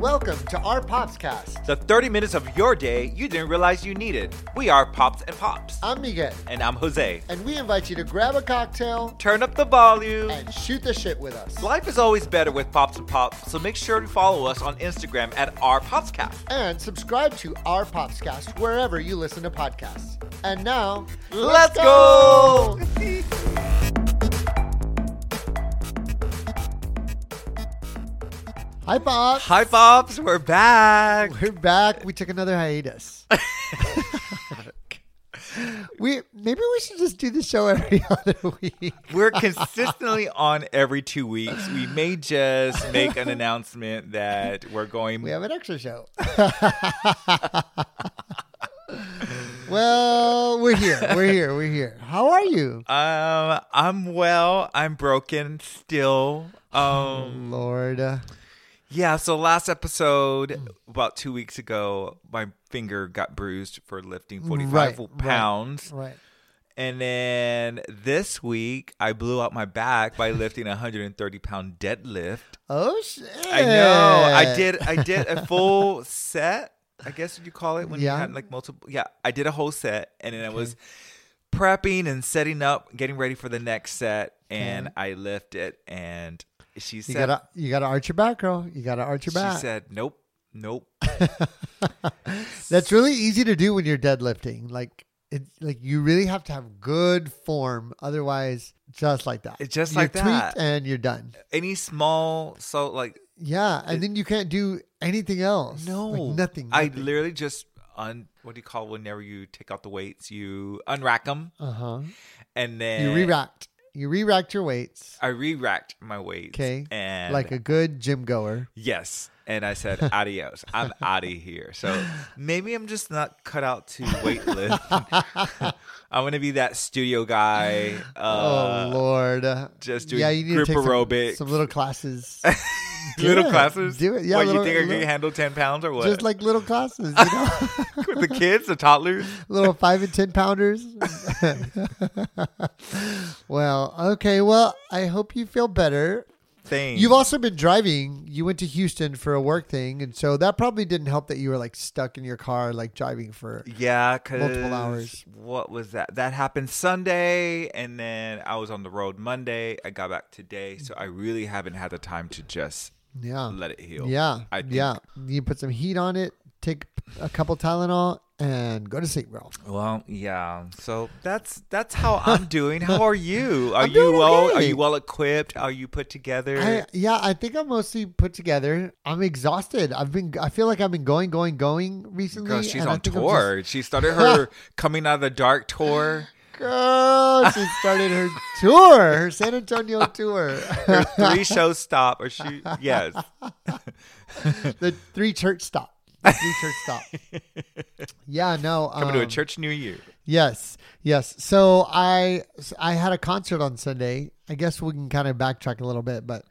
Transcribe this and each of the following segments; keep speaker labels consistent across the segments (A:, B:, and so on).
A: Welcome to our Popscast.
B: The 30 minutes of your day you didn't realize you needed. We are Pops and Pops.
A: I'm Miguel,
B: And I'm Jose.
A: and we invite you to grab a cocktail
B: Turn up the volume.
A: and shoot the shit with us.
B: Life is always better with Pops and Pops, so make sure to follow us on Instagram at our Popscast.
A: And subscribe to our Popscast wherever you listen to podcasts. And now,
B: Let's go!
A: Hi, Bob.
B: Hi, Pops. We're back.
A: We're back. We took another hiatus. we maybe we should just do the show every other week.
B: We're consistently on every two weeks. We may just make an announcement that we're going.
A: We have an extra show. well, we're here. We're here. We're here. How are you?
B: Um, I'm well. I'm broken still. Um,
A: Lord.
B: Yeah, so last episode,
A: Mm.
B: about two weeks ago, my finger got bruised for lifting 45
A: Right, right.
B: pounds.
A: Right.
B: And then this week, I blew out my back by lifting a 130 pound deadlift.
A: Oh shit.
B: I know. I did I did a full set, I guess what you call it when
A: Yeah.
B: you had like multiple. Yeah, I did a whole set. And then I was prepping and setting up, getting ready for the next set. And I lifted, and she
A: You
B: said,
A: gotta you gotta arch your back, girl. You gotta arch your
B: She
A: back.
B: said, nope, nope.
A: That's really easy to do when you're deadlifting. Like it, like you really have to have good form. Otherwise, just like that.
B: It's just
A: You're
B: like that.
A: tweaked and you're done.
B: any small so like
A: Yeah. And then you can't do anything else.
B: no
A: Like, nothing.
B: i literally just un what do you call whenever you take out the weights you unrack them
A: uh huh.
B: and then
A: You re racked. You re racked your weights
B: i re-racked my weights
A: 'Kay.
B: and
A: like a good gym goer.
B: yes and i said adios i'm out of here so maybe i'm just not cut out to weight lift i'm gonna be that studio guy
A: oh
B: uh
A: Lord.
B: just
A: yeah,
B: doing
A: you need
B: group
A: to take some-
B: aerobics.
A: Some, little classes. Do
B: little
A: it.
B: classes
A: Do it. Yeah,
B: what
A: little-
B: you think i
A: little-
B: can handle 10 pounds or what
A: Just like little classes, you know?
B: with the kids the toddlers
A: little five and ten pounders. well, okay. Well, I hope you feel better.
B: thing
A: You've also been driving. You went to Houston for a work thing, and so that probably didn't help that you were like stuck in your car, like driving for.
B: Yeah, cause
A: hours.
B: What was that? That happened Sunday, and then I was on the road Monday. I got back today, so I really haven't had the time to just
A: Yeah,
B: let it heal.
A: yeah,
B: I think.
A: yeah. You put some heat on it. Take a couple Tylenol and go to sleep, bro.
B: Well, yeah. So that's that's how I'm doing. How are you? Are
A: I'm
B: you
A: doing
B: well? Are
A: okay.
B: you well equipped? Are you put together?
A: I, yeah, I think I'm mostly put together. I'm exhausted. I've been. I feel like I've been going, going, going recently.
B: Girl, she's
A: and I
B: on
A: think I'm just-
B: tour. She started her coming out of the dark tour.
A: Girl, she started her tour, her San Antonio tour.
B: Her three show stop, or she yes,
A: the three church stop. The three church stop. Yeah, no. Um,
B: coming to a church near you.
A: Yes, yes. So I I had a concert on Sunday. I guess we can kind of backtrack a little bit, but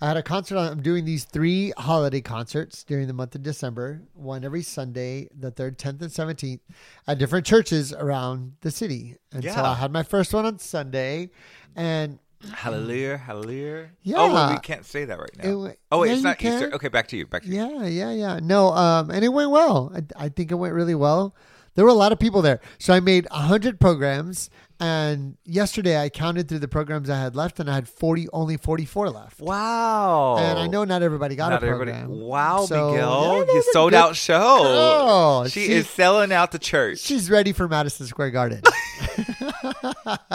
A: I had a concert. On, I'm doing these three holiday concerts during the month of December, one every Sunday, the third, tenth, and seventeenth, at different churches around the city. And so
B: Yeah.
A: I had my first one on Sunday, and
B: Hallelujah, hallelujah.
A: Yeah.
B: Oh, well, we can't say that right now.
A: It wa-
B: oh, wait,
A: Yeah,
B: it's
A: you
B: not
A: can.
B: Easter. Okay, back to you. Back to you.
A: Yeah, yeah, yeah. No, um, and it went well. I, I think it went really well. There were a lot of people there, so I made hundred programs. And yesterday, I counted through the programs I had left, and I had forty, only forty-four left.
B: Wow.
A: And I know not everybody got
B: not
A: a
B: everybody.
A: program.
B: Wow,
A: So- Yeah,
B: Miguel,
A: that
B: you
A: was a
B: sold
A: good-
B: out show.
A: girl.
B: she,
A: She-
B: is selling out the church.
A: She's ready for Madison Square Garden.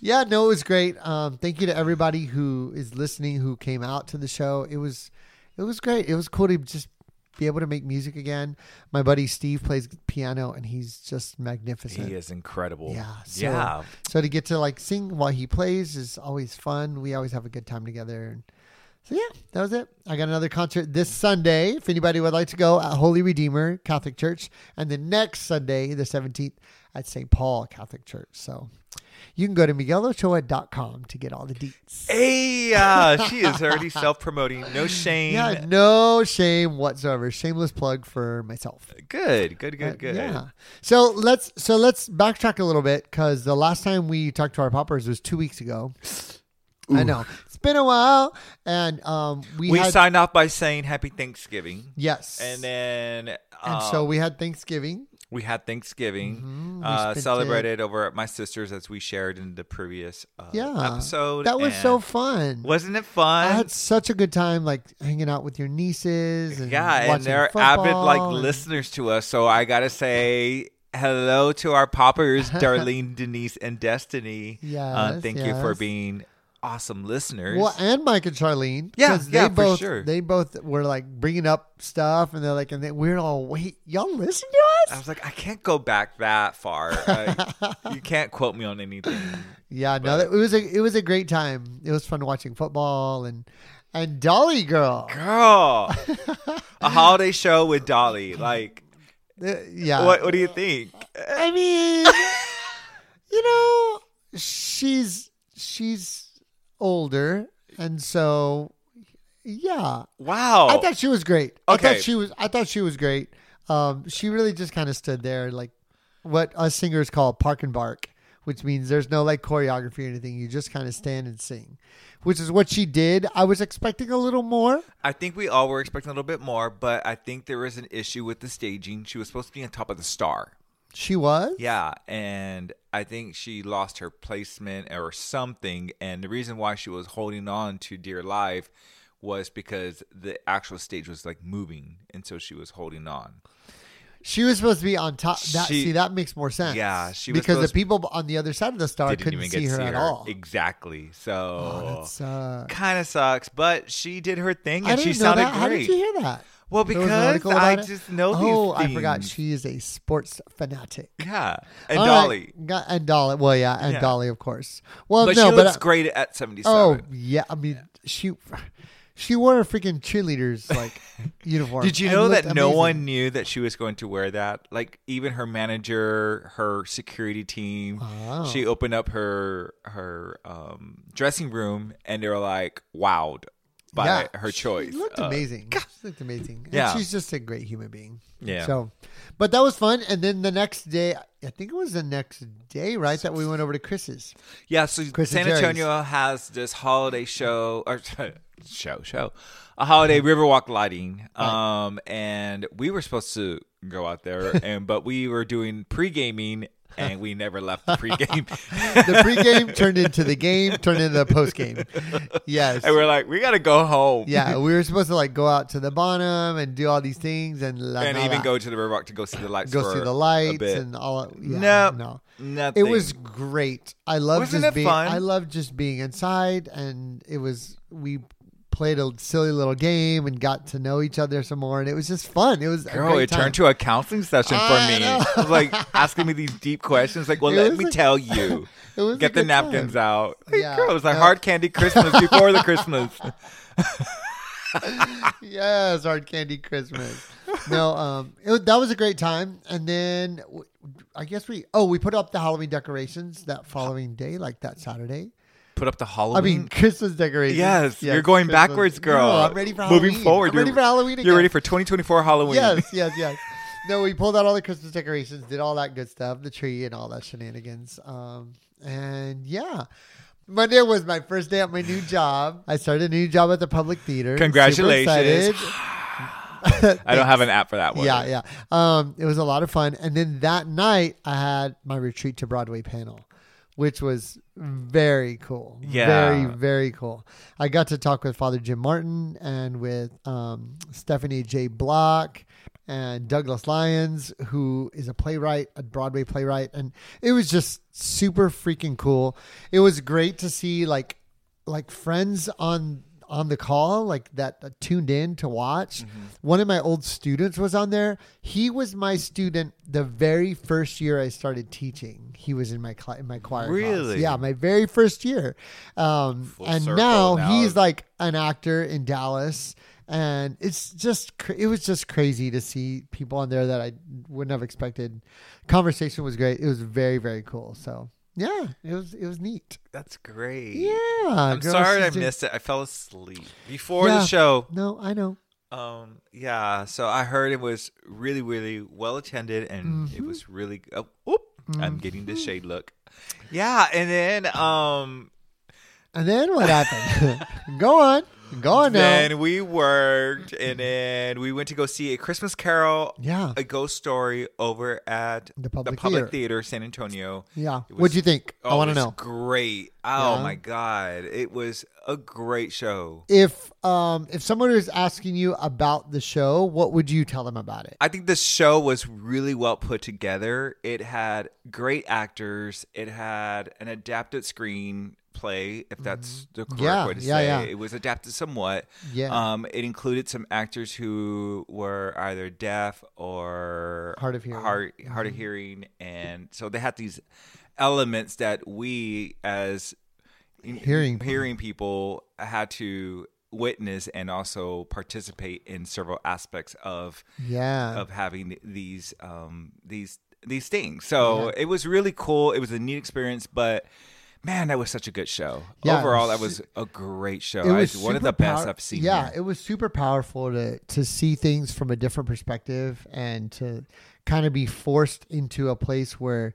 A: yeah, no, it was great. Um, thank you to everybody who is listening, who came out to the show. It was, it was great. It was cool to just be able to make music again. My buddy Steve plays piano, and he's just magnificent.
B: he is incredible.
A: Yeah, so,
B: yeah.
A: So to get to like sing while he plays is always fun. We always have a good time together. And so yeah, that was it. I got another concert this Sunday. If anybody would like to go at Holy Redeemer Catholic Church, and the next Sunday, the seventeenth, at St. Paul Catholic Church. So you can go to miguelochoa.com to get all the deets.
B: Hey, uh, she is already self promoting. No shame.
A: Yeah, no shame whatsoever. Shameless plug for myself.
B: Good, good,
A: Uh,
B: good, good.
A: Yeah. So let's so let's backtrack a little bit because the last time we talked to our poppers was two weeks ago. I know it's been a while, and um, we,
B: we
A: had
B: signed off by saying Happy Thanksgiving,
A: yes,
B: and then
A: and
B: um,
A: so we had Thanksgiving.
B: we had Thanksgiving
A: Mhm, we
B: uh,
A: spent it-
B: celebrated over at my sister's, as we shared in the previous uh,
A: Yeah,
B: episode.
A: That was so
B: and
A: fun.
B: Wasn't it fun?
A: I had such a good time, like hanging out with your nieces. And
B: yeah, and
A: watching
B: they're
A: football
B: avid like
A: and-
B: listeners to us. So I gotta say hello to our poppers, Darlene, Denise, and Destiny. uh,
A: Yes,
B: thank you for
A: yes.
B: being awesome listeners.
A: Well, and Mike and Charlene.
B: Yeah,
A: 'cause
B: yeah,
A: they
B: for
A: both,
B: sure.
A: They both were like bringing up stuff, and they're like, and they, we're all wait, y'all listen to
B: I
A: us?
B: was like, I can't go back that far. I, you can't quote me on anything.
A: Yeah, no, that, it was a it was a great time. It was fun watching football and and Dolly Girl.
B: Girl, a holiday show with Dolly. Like,
A: Uh, yeah,
B: what, what do you think?
A: I mean, you know, she's she's older, and so yeah,
B: Wow.
A: I thought she was great. I
B: Oh. Okay.
A: thought she was. I thought she was great. Um, she really just kind of stood there, like what us singers call park and bark, which means there's no like choreography or anything. You just kind of stand and sing, which is what she did. I was expecting a little more.
B: I think we all were expecting a little bit more, but I think there was an issue with the staging. She was supposed to be on top of the star.
A: She was.
B: Yeah, and I think she lost her placement or something. And the reason why she was holding on to Dear Life was because the actual stage was like moving, and so she was holding on.
A: Oh, She was supposed to be on top. That
B: She-
A: see, that makes more sense.
B: Yeah, she was
A: because the
B: supposed-
A: people on the other side of the star
B: Didn't
A: couldn't
B: even get
A: see her
B: to
A: at all.
B: Exactly.
A: Oh,
B: So
A: that sucks.
B: kind of sucks, but she did her thing,
A: I
B: and
A: didn't
B: she
A: know
B: sounded
A: that. How did
B: great.
A: you hear that?
B: well,
A: There was an
B: because
A: article about
B: I
A: it?
B: just know these.
A: Oh, I forgot.
B: things.
A: She is a sports fanatic.
B: yeah, and
A: All
B: Dolly.
A: right. Got- And Dolly. Well, yeah, and
B: Yeah.
A: Dolly, of course. Well,
B: But
A: no,
B: she
A: but
B: looks
A: uh,
B: great at seventy-seven.
A: oh yeah, I mean she she wore a freaking cheerleader's like uniform.
B: Did you
A: and
B: know
A: looked
B: that no
A: amazing.
B: one knew that she was going to wear that? Like even her manager, her security team.
A: Wow.
B: She opened up her her um, dressing room, and they were like wowed by
A: Yeah,
B: her choice.
A: She looked
B: Uh,
A: amazing. She looked amazing. And
B: Yeah.
A: she's just a great human being.
B: Yeah.
A: So, but that was fun. And then the next day, I think it was the next day, right, that we went over to Chris's.
B: yeah. So
A: Chris and
B: San
A: Jerry's.
B: Antonio has this holiday show or show show, a holiday
A: Uh-huh.
B: Riverwalk lighting. Um, and we were supposed to go out there, and but we were doing pre gaming. And we never left the pregame.
A: The pregame turned into the game, turned into the postgame. Yes.
B: and we're like, we gotta go home.
A: Yeah, we were supposed to like go out to the bottom and do all these things and la,
B: and
A: la,
B: even
A: la.
B: go to the Red Rock to go see the lights.
A: go
B: for
A: see the
B: a
A: lights
B: bit.
A: and all. Yeah,
B: Nope.
A: no,
B: nothing.
A: it was great. I loved
B: Wasn't
A: just
B: it
A: being.
B: fun?
A: I loved just being inside, and it was we played a silly little game and got to know each other some more, and it was just fun. It was a
B: girl.
A: great
B: It
A: time.
B: turned to a counseling session for
A: I
B: me.
A: know.
B: It was like asking me these deep questions. Like, well,
A: It
B: let
A: was
B: me
A: a-
B: tell you.
A: It was a
B: Get the
A: good time.
B: napkins out. Like,
A: Yeah.
B: girl, it was like
A: No.
B: hard candy Christmas before the Christmas.
A: yes, hard candy Christmas. No, um, it, was- that was a great time. And then w- I guess we oh we put up the Halloween decorations that following day, like that Saturday.
B: Put up the Halloween.
A: I mean Christmas decorations.
B: Mm. yes, you're going
A: Christmas.
B: backwards, girl.
A: No, I'm ready for
B: moving
A: Halloween.
B: forward.
A: I'm ready
B: you're-
A: for Halloween. Again.
B: You're ready for 2024 Halloween.
A: Yes, yes, yes. No, we pulled out all the Christmas decorations, did all that good stuff, the tree and all that shenanigans. Um, and yeah, Monday was my first day at my new job. I started a new job at the public theater. Super
B: Congratulations.
A: excited.
B: I don't have an app for that one.
A: Yeah, yeah. Um, it was a lot of fun. And then that night, I had my retreat to Broadway panel, which was very cool.
B: Yeah.
A: Very, very cool. I got to talk with Father Jim Martin and with um, Stephanie J. Block and Douglas Lyons, who is a playwright, a Broadway playwright. And it was just super freaking cool. It was great to see, like, like friends on on the call like that tuned in to watch one of my old students was on there he was my student the very first year i started teaching he was in my cl- in my choir class.
B: Really?
A: yeah my very first year um
B: Full
A: and
B: circle
A: now,
B: now.
A: he's like an actor in dallas and it's just cr- it was just crazy to see people on there that i wouldn't have expected conversation was great it was very very cool so yeah it was it was neat
B: That's great.
A: yeah
B: I'm sorry I missed it. I fell asleep before
A: Yeah.
B: the show.
A: No, I know.
B: Um. Yeah. So I heard it was really, really well attended, and
A: Mm-hmm.
B: it was really. Oh, whoop, I'm getting the shade look. Yeah, and then um,
A: And then what happened? go on. Go on now.
B: Then we worked, and then we went to go see a Christmas Carol,
A: Yeah.
B: a ghost story over at
A: The Public Theater.
B: Public Theater, San Antonio.
A: Yeah.
B: It
A: What'd
B: was-
A: you think? I
B: Oh,
A: want
B: it
A: to
B: was
A: know.
B: Great! Oh
A: Yeah.
B: my god, it was a great show.
A: If um if someone is asking you about the show, what would you tell them about it?
B: I think this show was really well put together. It had great actors. It had an adapted screenplay, if that's the correct
A: Mm-hmm. Yeah,
B: way to
A: yeah,
B: say
A: yeah.
B: it. It was adapted somewhat.
A: Yeah.
B: Um, it included some actors who were either deaf or
A: Hard of hearing. Mm-hmm.
B: hard, hard of hearing, and so they had these elements that we as
A: Hearing-
B: hearing people had to witness and also participate in several aspects of
A: yeah.
B: of having these um these these things. So it was really cool. It was a neat experience, but man, that was such a good show.
A: Yeah, it
B: Overall, that
A: was
B: was a great show.
A: It
B: I-
A: was
B: one of
A: super
B: the best
A: power-
B: I've seen.
A: Yeah,
B: here.
A: it was super powerful to to see things from a different perspective and to kind of be forced into a place where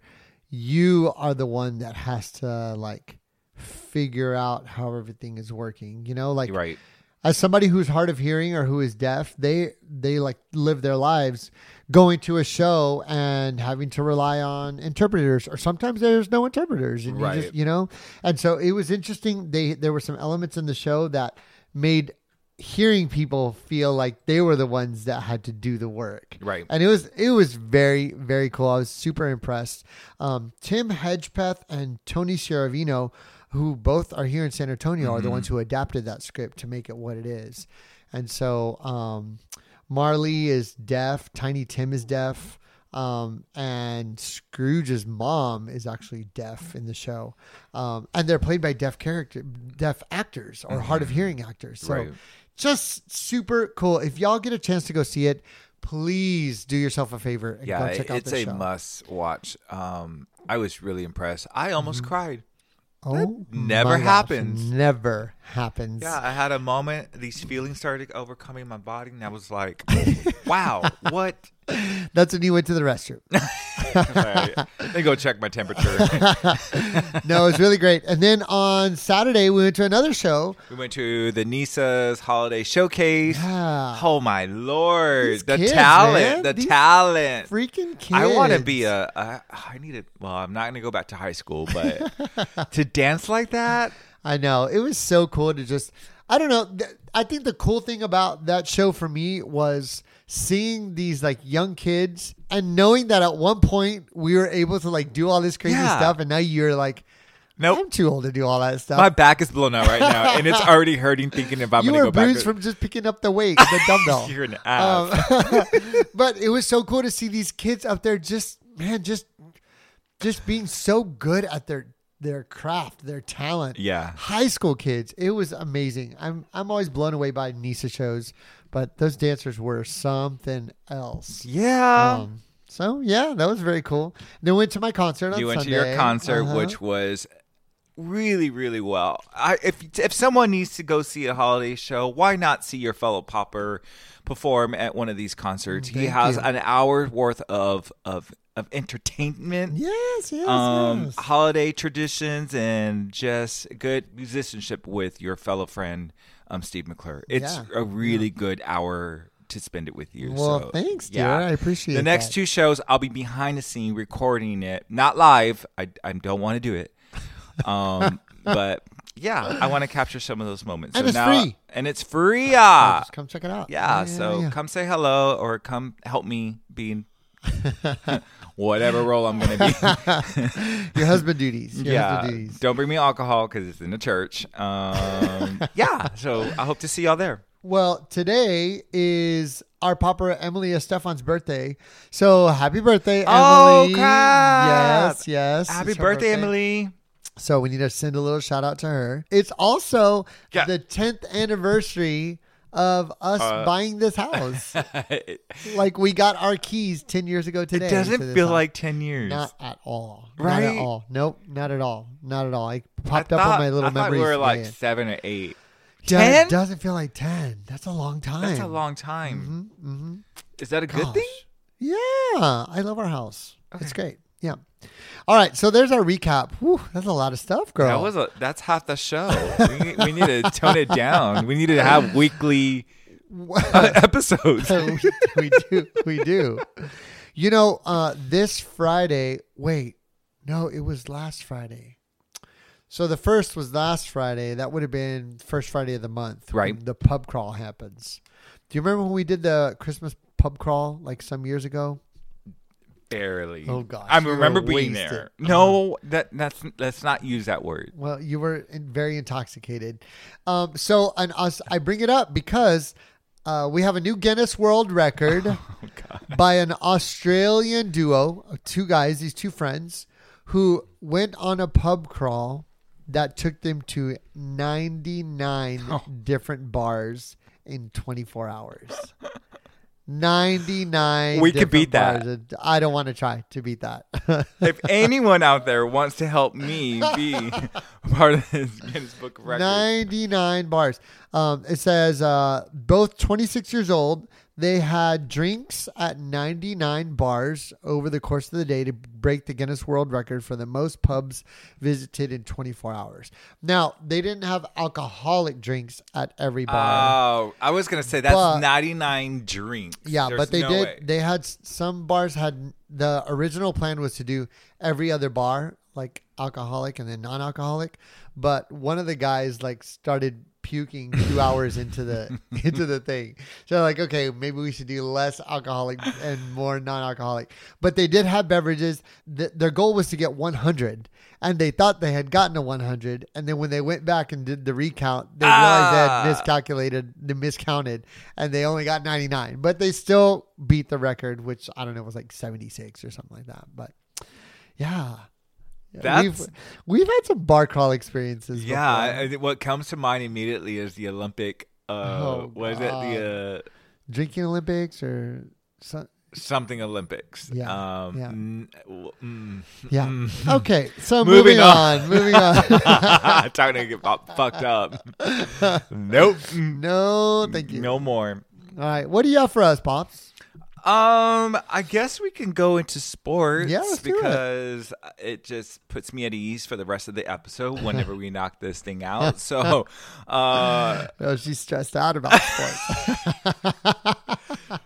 A: you are the one that has to like figure out how everything is working. You know, like
B: You're right.
A: as somebody who's hard of hearing or who is deaf, they they like live their lives going to a show and having to rely on interpreters, or sometimes there's no interpreters, and you just
B: Right.
A: you know. And so it was interesting. They there were some elements in the show that made hearing people feel like they were the ones that had to do the work,
B: Right.
A: And it was it was very very cool. I was super impressed. Um, Tim Hedgepeth and Tony Sciaravino, who both are here in San Antonio, are
B: Mm-hmm.
A: the ones who adapted that script to make it what it is. And so um, Marley is deaf. Tiny Tim is deaf. Um, and Scrooge's mom is actually deaf in the show, um, and they're played by deaf character, deaf actors or hard of hearing actors. So
B: Mm-hmm. Right.
A: just super cool. If y'all get a chance to go see it, please do yourself a favor and
B: Yeah,
A: go check
B: it-
A: out
B: it's
A: the
B: a
A: show.
B: must watch. Um, I was really impressed. I almost
A: Mm-hmm.
B: cried.
A: oh,
B: never
A: my gosh,
B: happens.
A: Never happens.
B: Yeah, I had a moment. These feelings started overcoming my body, and I was like, "Wow, what?"
A: That's when you went to the restroom.
B: Right. Let me go check my temperature.
A: no, it's really great. And then on Saturday we went to another show.
B: We went to the Nisa's holiday showcase.
A: Yeah.
B: Oh my lord,
A: These
B: the
A: kids, man.
B: talent, the
A: These
B: talent.
A: Freaking kids!
B: I want to be a. I, I need to. Well, I'm not going to go back to high school, but to dance like that,
A: I know. It was so cool to just, I don't know. Th- I think the cool thing about that show for me was seeing these like young kids and knowing that at one point we were able to like do all this crazy
B: Yeah.
A: stuff. And now you're like,
B: Nope.
A: I'm too old to do all that stuff.
B: my back is blown out right now, and it's already hurting thinking if I'm
A: Uh, you
B: going to
A: were
B: go back.
A: bruised Oh.
B: to-
A: from just picking up the weight, the dumbbell. Um,
B: You're an ass.
A: but it was so cool to see these kids up there just man just just being so good at their their craft their talent
B: Yeah.
A: high school kids it was amazing i'm i'm always blown away by nisa shows but those dancers were something else
B: yeah.
A: um, so yeah that was very cool then went to my concert on
B: you went to
A: Oh, Sunday.
B: your concert,
A: Uh-huh.
B: which was really, really well. I, if if someone needs to go see a holiday show, why not see your fellow popper perform at one of these concerts? he
A: Oh, Thank
B: has
A: you.
B: an hour's worth of of of entertainment.
A: yes yes
B: Um,
A: yes.
B: holiday traditions and just good musicianship with your fellow friend, um, Steve McClure. It's
A: Yeah.
B: a really good hour to spend it with you.
A: Well,
B: so,
A: thanks, dear. I appreciate
B: the next
A: that.
B: two shows. I'll be behind the scene recording it, not live. I I don't want to do it, um, but yeah, I want to capture some of those moments.
A: And
B: so
A: it's
B: now,
A: free.
B: and it's free. Ah,
A: just come check it out
B: yeah, so
A: yeah.
B: come say hello or come help me be. Whatever role I'm going to be.
A: your husband duties your
B: yeah.
A: husband duties
B: Don't bring me alcohol because it's in the church. Um, yeah. So I hope to see y'all there.
A: Well, today is our popper Emily Estefan's birthday. So happy birthday, Emily.
B: Oh, crap.
A: Yes, yes.
B: Happy
A: it's
B: birthday,
A: her
B: Emily.
A: So we need to send a little shout out to her. It's also
B: Yeah. Uh,
A: the 10th anniversary of us buying this house.
B: it
A: like we got our keys 10 years ago today. to
B: doesn't
A: this
B: feel
A: house.
B: like 10 years.
A: Not at all. Not at
B: Right?
A: all. Nope, not at all. Not at all. I
B: I
A: popped up on my little
B: I thought
A: memories.
B: we were like
A: today.
B: seven or eight.
A: Yeah, It
B: 10?
A: doesn't feel like 10. That's a long time.
B: That's a long time. Is that a good
A: Mm-hmm. Gosh.
B: thing?
A: Yeah, I love our house. It's great. Yeah. All right. So there's our recap. Whew, that's a lot of stuff, girl.
B: That was a that's half the show. we, need, we need to tone it down. We need to have weekly uh, episodes.
A: we, we do. We do. You know, uh, this Friday, wait, no, it was last Friday. So the first was last Friday. That would have been first Friday of the month. when
B: Right.
A: The pub crawl happens. Do you remember when we did the Christmas pub crawl like some years ago?
B: Barely.
A: Oh, gosh,
B: I
A: you
B: remember
A: were
B: being
A: wasted. Uh-huh.
B: there. No, that that's let's not use that word.
A: Well, you were in, very intoxicated. Um, so and us, I bring it up because uh, we have a new Guinness World Record
B: Oh,
A: by an Australian duo, two guys, these two friends, who went on a pub crawl that took them to 99
B: Oh.
A: different bars in 24 hours. 99
B: We could beat
A: different
B: that.
A: bars. i don't want to try to beat that
B: If anyone out there wants to help me be part of this Guinness Book of Records,
A: 99 bars. Um, it says uh, both 26 years old. They had drinks at 99 bars over the course of the day to break the Guinness World Record for the most pubs visited in 24 hours. Now, they didn't have alcoholic drinks at every bar.
B: oh, I was gonna say that's
A: But-
B: 99 drinks.
A: Yeah,
B: There's
A: but they
B: no
A: did.
B: way.
A: They had s- some bars had the original plan was to do every other bar, like alcoholic and then non-alcoholic. But one of the guys like started puking two hours into the into the thing. So like, okay, maybe we should do less alcoholic and more non-alcoholic. But they did have beverages. Th- their goal was to get 100, and they thought they had gotten to 100. And then when they went back and did the recount, they realized they had
B: Ah.
A: missed calculated, they miscounted, and they only got 99, but they still beat the record, which I don't know was like 76 or something like that. But yeah,
B: That's-
A: we've we've had some bar crawl experiences.
B: Yeah,
A: before.
B: I, I- what comes to mind immediately is the Olympic. Uh,
A: Oh,
B: was it the uh,
A: drinking Olympics or some,
B: something Olympics?
A: Yeah,
B: Um,
A: yeah.
B: n- w- mm.
A: yeah. Okay, so
B: Moving
A: moving,
B: on.
A: on. moving on.
B: trying to get fu- fucked up. nope.
A: no, thank you.
B: No more.
A: All right, what do you have for us, pops?
B: Um, I guess we can go into sports
A: Yeah, let's do it.
B: because it. just puts me at ease for the rest of the episode whenever we knock this thing out. So, uh,
A: Oh, she's stressed out about sports.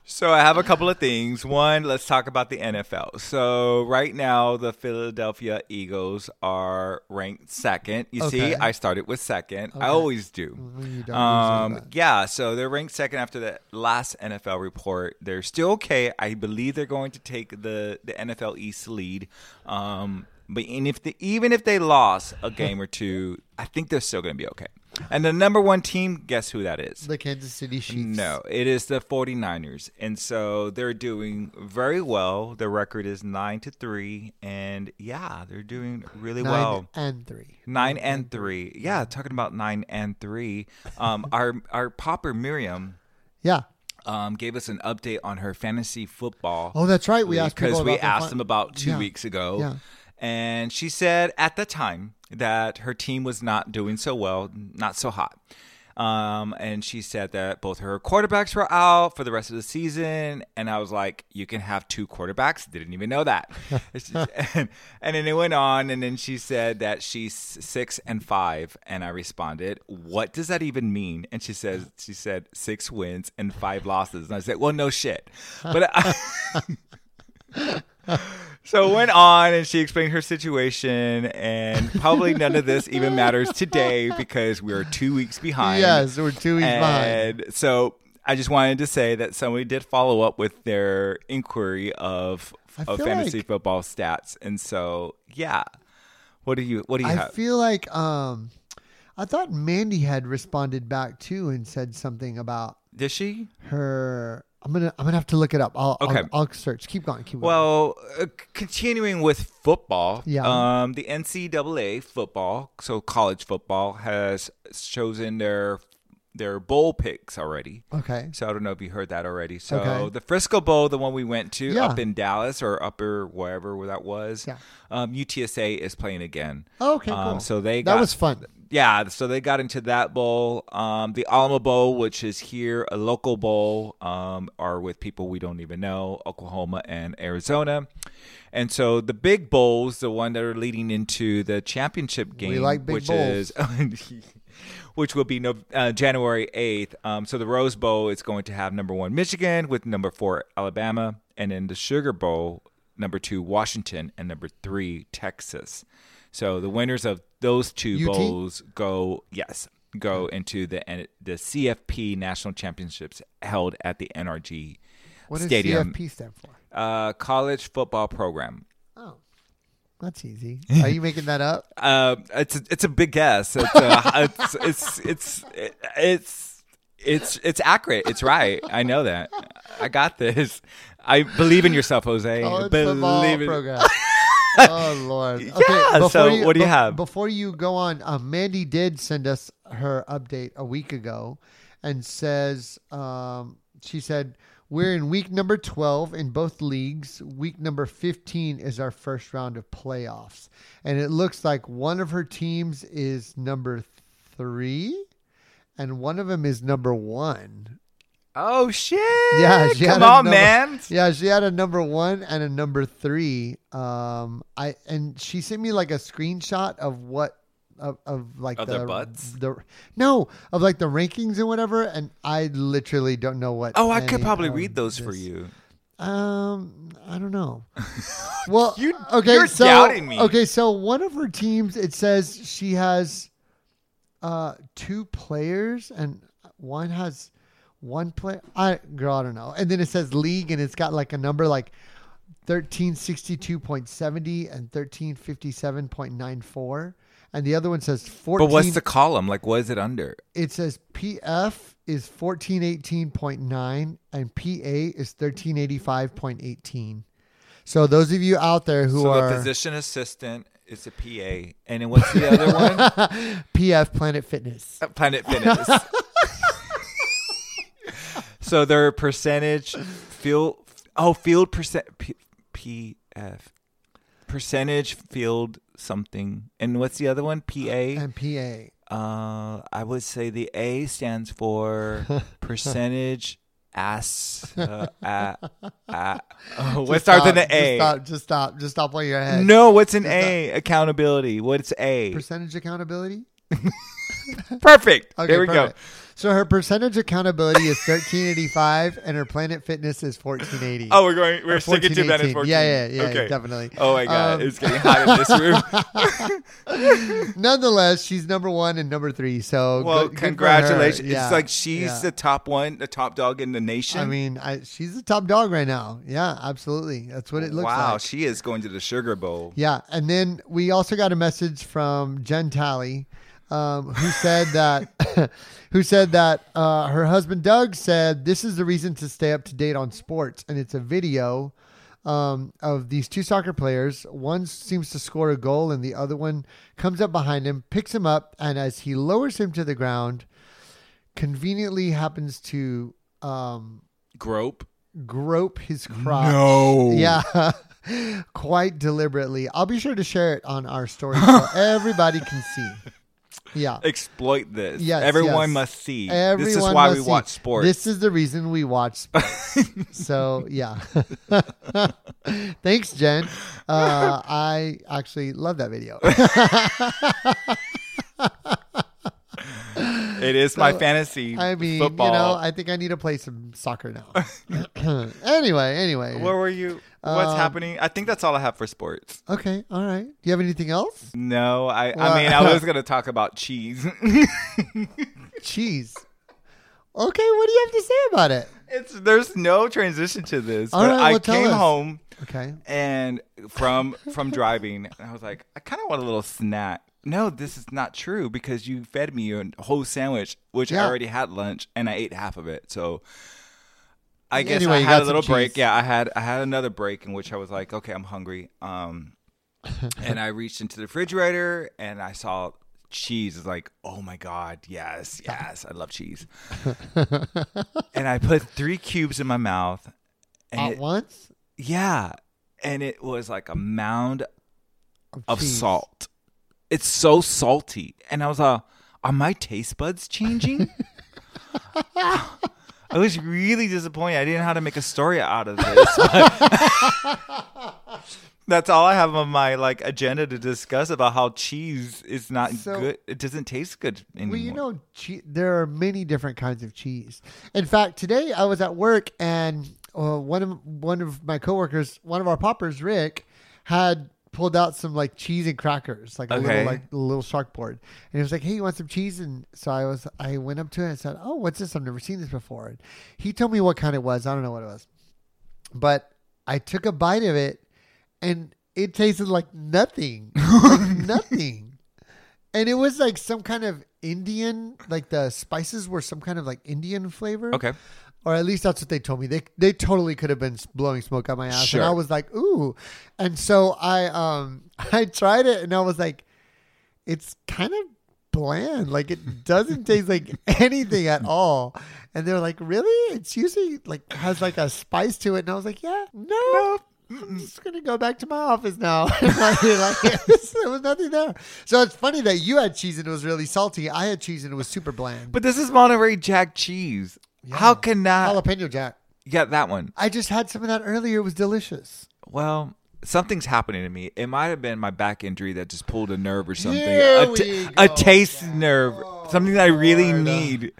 B: So I have a couple of things. One, let's talk about the NFL. So right now, the Philadelphia Eagles are ranked second. You
A: Okay.
B: see, I started with second. I always do.
A: Well, you don't usually,
B: Um,
A: but-
B: yeah, so they're ranked second after the last NFL report. They're still okay. I believe they're going to take the the NFL East lead. Um, but and if the, even if they lost a game or two, I think they're still going to be okay. And the number one team, guess who that is?
A: the Kansas City Chiefs.
B: No, it is the 49ers. And so they're doing very well. Their record is 9 to 3 and yeah, they're doing really
A: nine
B: well.
A: and three.
B: 9 and 3. Yeah, talking about 9 and 3. Um our our popper Miriam
A: Yeah.
B: um, gave us an update on her fantasy football.
A: Oh, that's right. We
B: league,
A: asked people
B: we
A: about their fin-
B: asked them about two
A: Yeah.
B: weeks ago,
A: Yeah.
B: and she said at the time that her team was not doing so well, not so hot. Um, and she said that both her quarterbacks were out for the rest of the season, and I was like, "You can have two quarterbacks." Didn't even know that. It's just- and, and then it went on, and then she said that she's six and five, and I responded, "What does that even mean?" And she says, "She said six wins and five losses," and I said, "Well, no shit," but. I, So it went on and she explained her situation and probably none of this even matters today because we're two weeks behind.
A: Yes, we're two weeks behind.
B: And so I just wanted to say that somebody did follow up with their inquiry of,
A: I
B: of
A: feel
B: fantasy
A: like-
B: football stats. And so yeah. What do you what do you
A: I
B: have?
A: feel like um, I thought Mandy had responded back too and said something about
B: Did she? her
A: her. I'm gonna I'm gonna have to look it up. I'll
B: Okay.
A: I'll, I'll search. Keep going. Keep going.
B: Well, uh, c- continuing with football,
A: Yeah.
B: um, the NCAA football, so college football, has chosen their their bowl picks already.
A: okay.
B: So I don't know if you heard that already. So
A: Okay.
B: the Frisco Bowl, the one we went to
A: Yeah.
B: up in Dallas or upper wherever that was,
A: Yeah. Oh,
B: um, UTSA is playing again.
A: Okay. Cool.
B: Um, so they
A: that
B: got
A: was fun.
B: yeah, so they got into that bowl. Um, the Alamo Bowl, which is here, a local bowl, um, are with people we don't even know, Oklahoma and Arizona. And so the big bowls, the one that are leading into the championship game,
A: like big
B: which
A: bowls.
B: is which will be no, uh, January eighth. Um, so the Rose Bowl is going to have number one Michigan with number four Alabama, and then the Sugar Bowl, number two Washington and number three Texas. So the winners of those two
A: UT?
B: bowls go yes go into the N- the CFP National Championships held at the NRG
A: What does
B: Stadium,
A: CFP stand for?
B: uh, college football program.
A: Oh, that's easy. Are you making that up?
B: Uh, it's a, it's a big guess. It's uh it's, it's it's it's it's it's accurate. It's right. I know that. I got this. I believe in yourself, Jose.
A: College
B: believe
A: football
B: in-
A: program. oh Lord. Okay,
B: Yeah,
A: before
B: so what do you have?
A: Before you go on, uh, Mandy did send us her update a week ago, and says um, she said we're in week number twelve in both leagues. Week number fifteen is our first round of playoffs, and it looks like one of her teams is number three, and one of them is number one.
B: Oh shit!
A: Yeah, she had
B: come
A: a
B: on,
A: number-
B: man.
A: Yeah, she had a number one and a number three. Um, I and she sent me like a screenshot of what of, of like
B: Of
A: the,
B: their butts?
A: The no, of like the rankings and whatever. And I literally don't know what.
B: Oh, I could
A: any
B: probably
A: of
B: read those for
A: this-
B: you.
A: Um, I don't know. well,
B: You-
A: okay,
B: you're
A: so
B: doubting me.
A: okay, so one of her teams it says she has uh two players and one has one player. I girl, I don't know. And then it says league and it's got like a number like 1362.70 and 1357.94 and the other one says 14
B: But what's the column? Like, what is it under?
A: it says PF is 1418.9 and PA is 1385.18. So those of you out there who
B: so the
A: are
B: physician assistant is a PA, and then what's the other one?
A: PF Planet Fitness.
B: Planet Fitness. so their percentage field. Oh, field percent. P, PF percentage field something. And what's the other one? PA.
A: And PA.
B: Uh, I would say the A stands for percentage ass. Uh, a, a. Oh, what
A: Just
B: starts
A: stop,
B: with an
A: Um, Just
B: A?
A: stop, just stop, just stop while you're ahead.
B: No, what's an A? Accountability. What's A?
A: Percentage accountability?
B: Perfect.
A: Okay,
B: there we
A: perfect. So her percentage accountability is 1385 and her Planet Fitness is 1480.
B: go. Oh, we're going. We're
A: Or
B: sticking to that
A: 1418.
B: as 14.
A: Yeah, yeah, yeah,
B: Okay.
A: definitely.
B: Oh my god,
A: Um,
B: it's getting hot in this room.
A: Nonetheless, she's number one and number three. So good-
B: Well,
A: good for her.
B: congratulations.
A: Yeah,
B: It's like she's
A: yeah.
B: the top one, the top dog in the nation.
A: I mean, I, she's the top dog right now. Yeah, absolutely. That's what it looks
B: wow,
A: like.
B: she is going to the Sugar Bowl.
A: Yeah, and then we also got a message from Jen Talley, um, who said that, who said that uh, her husband Doug said this is the reason to stay up to date on sports, and it's a video um, of these two soccer players. One seems to score a goal, and the other one comes up behind him, picks him up, and as he lowers him to the ground, conveniently happens to. Um,
B: Grope.
A: grope his crotch.
B: No.
A: Uh, Yeah. Quite deliberately. I'll be sure to share it on our story so everybody can see. Yeah.
B: Exploit this.
A: Yes, yes.
B: Everyone must see.
A: Everyone
B: this is why
A: must
B: we
A: see.
B: watch sports.
A: This is the reason we watch sports. so yeah. Thanks, Jen. Uh, I actually love that video.
B: it is my fantasy
A: I mean,
B: football.
A: you know, I think I need to play some soccer now. anyway, anyway.
B: Where were you? What's
A: Um,
B: happening? I think that's all I have for sports.
A: okay, all right. Do you have anything else?
B: No, I.
A: Well-
B: I mean, I was gonna talk about cheese.
A: Cheese. Okay, what do you have to say about it?
B: it's there's no transition to this.
A: All
B: but
A: right,
B: I
A: well, tell
B: came
A: us.
B: home
A: Okay.
B: and from from driving, and I was like, I kind of want a little snack. No, this is not true because you fed me a whole sandwich, which
A: Yeah.
B: I already had lunch, and I ate half of it. So. I guess
A: Anyway,
B: I
A: you
B: had
A: got
B: a little
A: some
B: break.
A: cheese.
B: Yeah, I had I had another break in which I was like, okay, I'm hungry. Um, and I reached into the refrigerator and I saw cheese. It's like, oh my god, yes, yes, I love cheese. and I put three cubes in my mouth, and
A: At
B: it,
A: once?
B: yeah, and it was like a mound of
A: cheese.
B: salt. It's so salty. And I was like, are my taste buds changing? I was really disappointed. I didn't know how to make a story out of this. That's all I have on my like agenda to discuss about how cheese is not
A: So-
B: good. It doesn't taste good anymore.
A: Well, you know, che- there are many different kinds of cheese. In fact, today I was at work and uh, one of one of my coworkers, one of our poppers, Rick, had pulled out some like cheese and crackers, like a
B: Okay.
A: little like a little shark board, and he was like, "Hey, you want some cheese?" And so I was, I went up to it and said, "Oh, what's this? I've never seen this before." And he told me what kind it was. I don't know what it was, but I took a bite of it, and it tasted like nothing, like nothing. And it was like some kind of Indian, like the spices were some kind of like Indian flavor.
B: okay.
A: Or at least that's what they told me. They they totally could have been blowing smoke out my ass,
B: Sure.
A: and I was like, ooh. And so I um I tried it, and I was like, it's kind of bland. Like it doesn't taste like anything at all. And they're like, really? It's usually like has like a spice to it. And I was like, yeah, no. I'm just gonna go back to my office now. like, there was nothing there. So it's funny that you had cheese and it was really salty. I had cheese and it was super bland.
B: But this is Monterey Jack cheese. How can that?
A: jalapeno jack.
B: Yeah, that one.
A: I just had some of that earlier. It was delicious.
B: Well, something's happening to me. It might have been my back injury that just pulled a nerve or something.
A: Here
B: a,
A: we
B: a
A: go,
B: taste nerve. Something that I really
A: Lord.
B: need.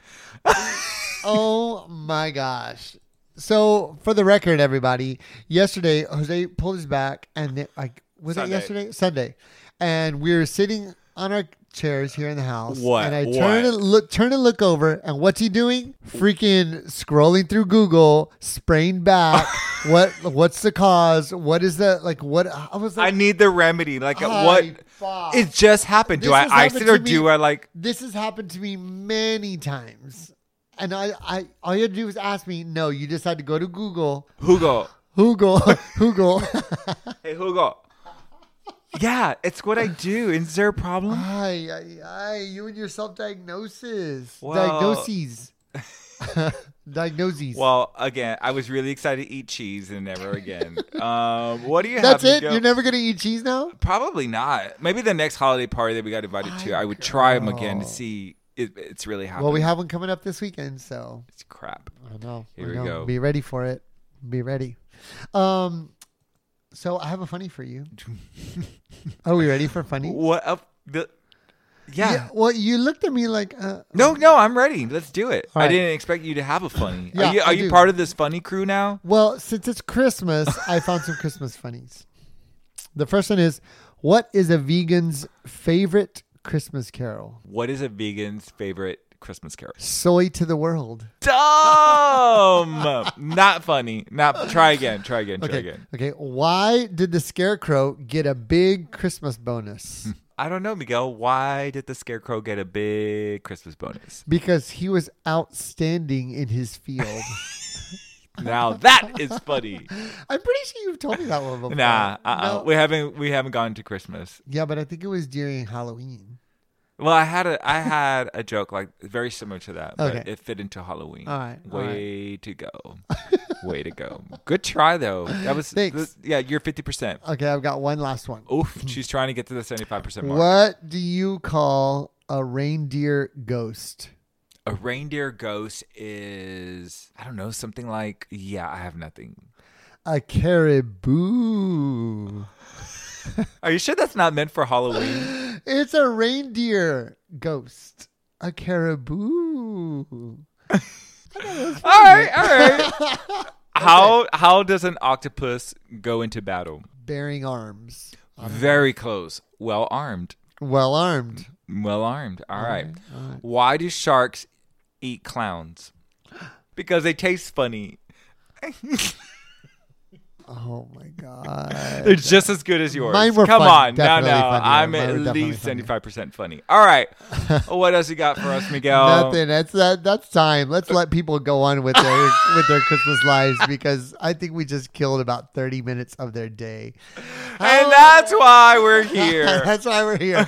A: oh my gosh. So, for the record, everybody, yesterday Jose pulled his back, and it, like was
B: Sunday.
A: it yesterday? Sunday, and we were sitting on our chairs here in the house.
B: What?
A: And I
B: What?
A: turn and look, turn and look over, and what's he doing? Freaking scrolling through Google, sprained back. what? What's the cause? What is the like? What I was
B: I
A: like.
B: need the remedy. Like, uh,
A: Hi,
B: what?
A: Bob.
B: It just happened. Do
A: This
B: I
A: has
B: ice
A: happened
B: it or
A: to me.
B: do I like?
A: this has happened to me many times. And I, I all you had to do was ask me, no, you just had to go to Google.
B: Hugo.
A: Google Google.
B: Hey, Hugo. Yeah, it's what I do. Is there a problem?
A: ay, ay, ay, you and your self diagnosis.
B: Well-
A: Diagnoses. Diagnoses.
B: Well, again, I was really excited to eat cheese and never again. um, what do you have?
A: That's
B: to
A: it.
B: go-
A: You're never gonna eat cheese now?
B: Probably not. Maybe the next holiday party that we got invited to, I would try them again to
A: know.
B: see if it's really happening.
A: Well, we have one coming up this weekend, so
B: it's crap.
A: I know.
B: Here
A: I
B: we
A: know.
B: go.
A: Be ready for it. Be ready. Um so I have a funny for you. Are we ready for funny?
B: What up? The, yeah.
A: Yeah, well, you looked at me like, uh,
B: No, no, I'm ready. Let's do it.
A: All
B: I
A: right.
B: didn't expect you to have a funny.
A: Yeah,
B: are you,
A: I
B: are you
A: do.
B: part of this funny crew now?
A: well, since it's Christmas, I found some Christmas funnies. The first one is, what is a vegan's favorite Christmas carol?
B: What is a vegan's favorite Christmas carol?
A: Soy to the world.
B: Dumb. not funny. Not try again. Try again. Try
A: Okay.
B: again.
A: Okay. Why did the scarecrow get a big Christmas bonus?
B: I don't know, Miguel. Why did the scarecrow get a big Christmas bonus?
A: because he was outstanding in his field.
B: Now that is funny.
A: I'm pretty sure you've told me that one before.
B: Nah, uh-uh.
A: No.
B: we haven't we haven't gone to Christmas.
A: Yeah, but I think it was during Halloween.
B: Well, I had a I had a joke like very similar to that, but
A: Okay.
B: it fit into Halloween.
A: All right, all
B: way to go, way to go. Good try though. That was
A: Thanks.
B: this- yeah, you're fifty percent.
A: Okay, I've got one last one.
B: Oof, she's trying to get to the seventy five percent mark.
A: What do you call a reindeer ghost?
B: A reindeer ghost is I don't know something like yeah I have nothing.
A: A caribou.
B: Are you sure that's not meant for Halloween?
A: It's a reindeer ghost. A caribou.
B: all right, all right. How how does an octopus go into battle?
A: Bearing arms.
B: Very close, well armed.
A: Well armed.
B: Well armed. All right. Why do sharks eat clowns? Because they taste funny.
A: Oh my god.
B: They're just as good as yours.
A: Mine were
B: Come
A: fun.
B: on,
A: Definitely
B: no, no.
A: funny.
B: I'm
A: Mine
B: at
A: were definitely
B: least
A: funny.
B: seventy five percent funny. All right. what else you got for us, Miguel?
A: Nothing. That's that. That's time. Let's let people go on with their with their Christmas lives because I think we just killed about thirty minutes of their day.
B: And that's why we're here.
A: That's why we're here.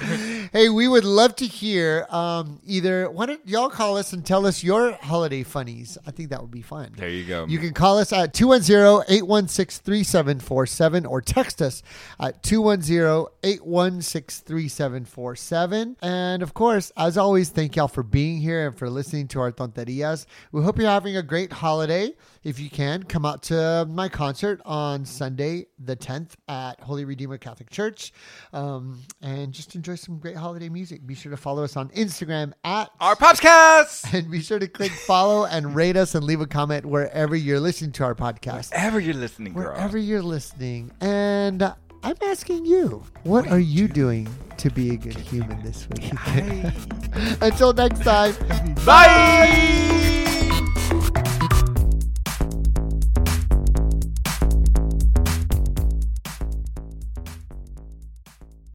A: Hey, we would love to hear um, either. Why don't y'all call us and tell us your holiday funnies? I think that would be fun.
B: There you go.
A: You can call us at 210 816 3747 or text us at 210 816 3747. And of course, as always, thank y'all for being here and for listening to our tonterias. We hope you're having a great holiday. If you can, come out to my concert on Sunday, the 10th at Holy Redeemer Catholic Church um, and just enjoy some great holiday music. Be sure to follow us on Instagram at
B: Our Popscast!
A: and be sure to click follow and rate us and leave a comment wherever you're listening to our podcast.
B: Ever you're listening, girl.
A: Wherever you're listening. And uh, I'm asking you, what are you doing to be a good human this week? Until next time,
B: Bye!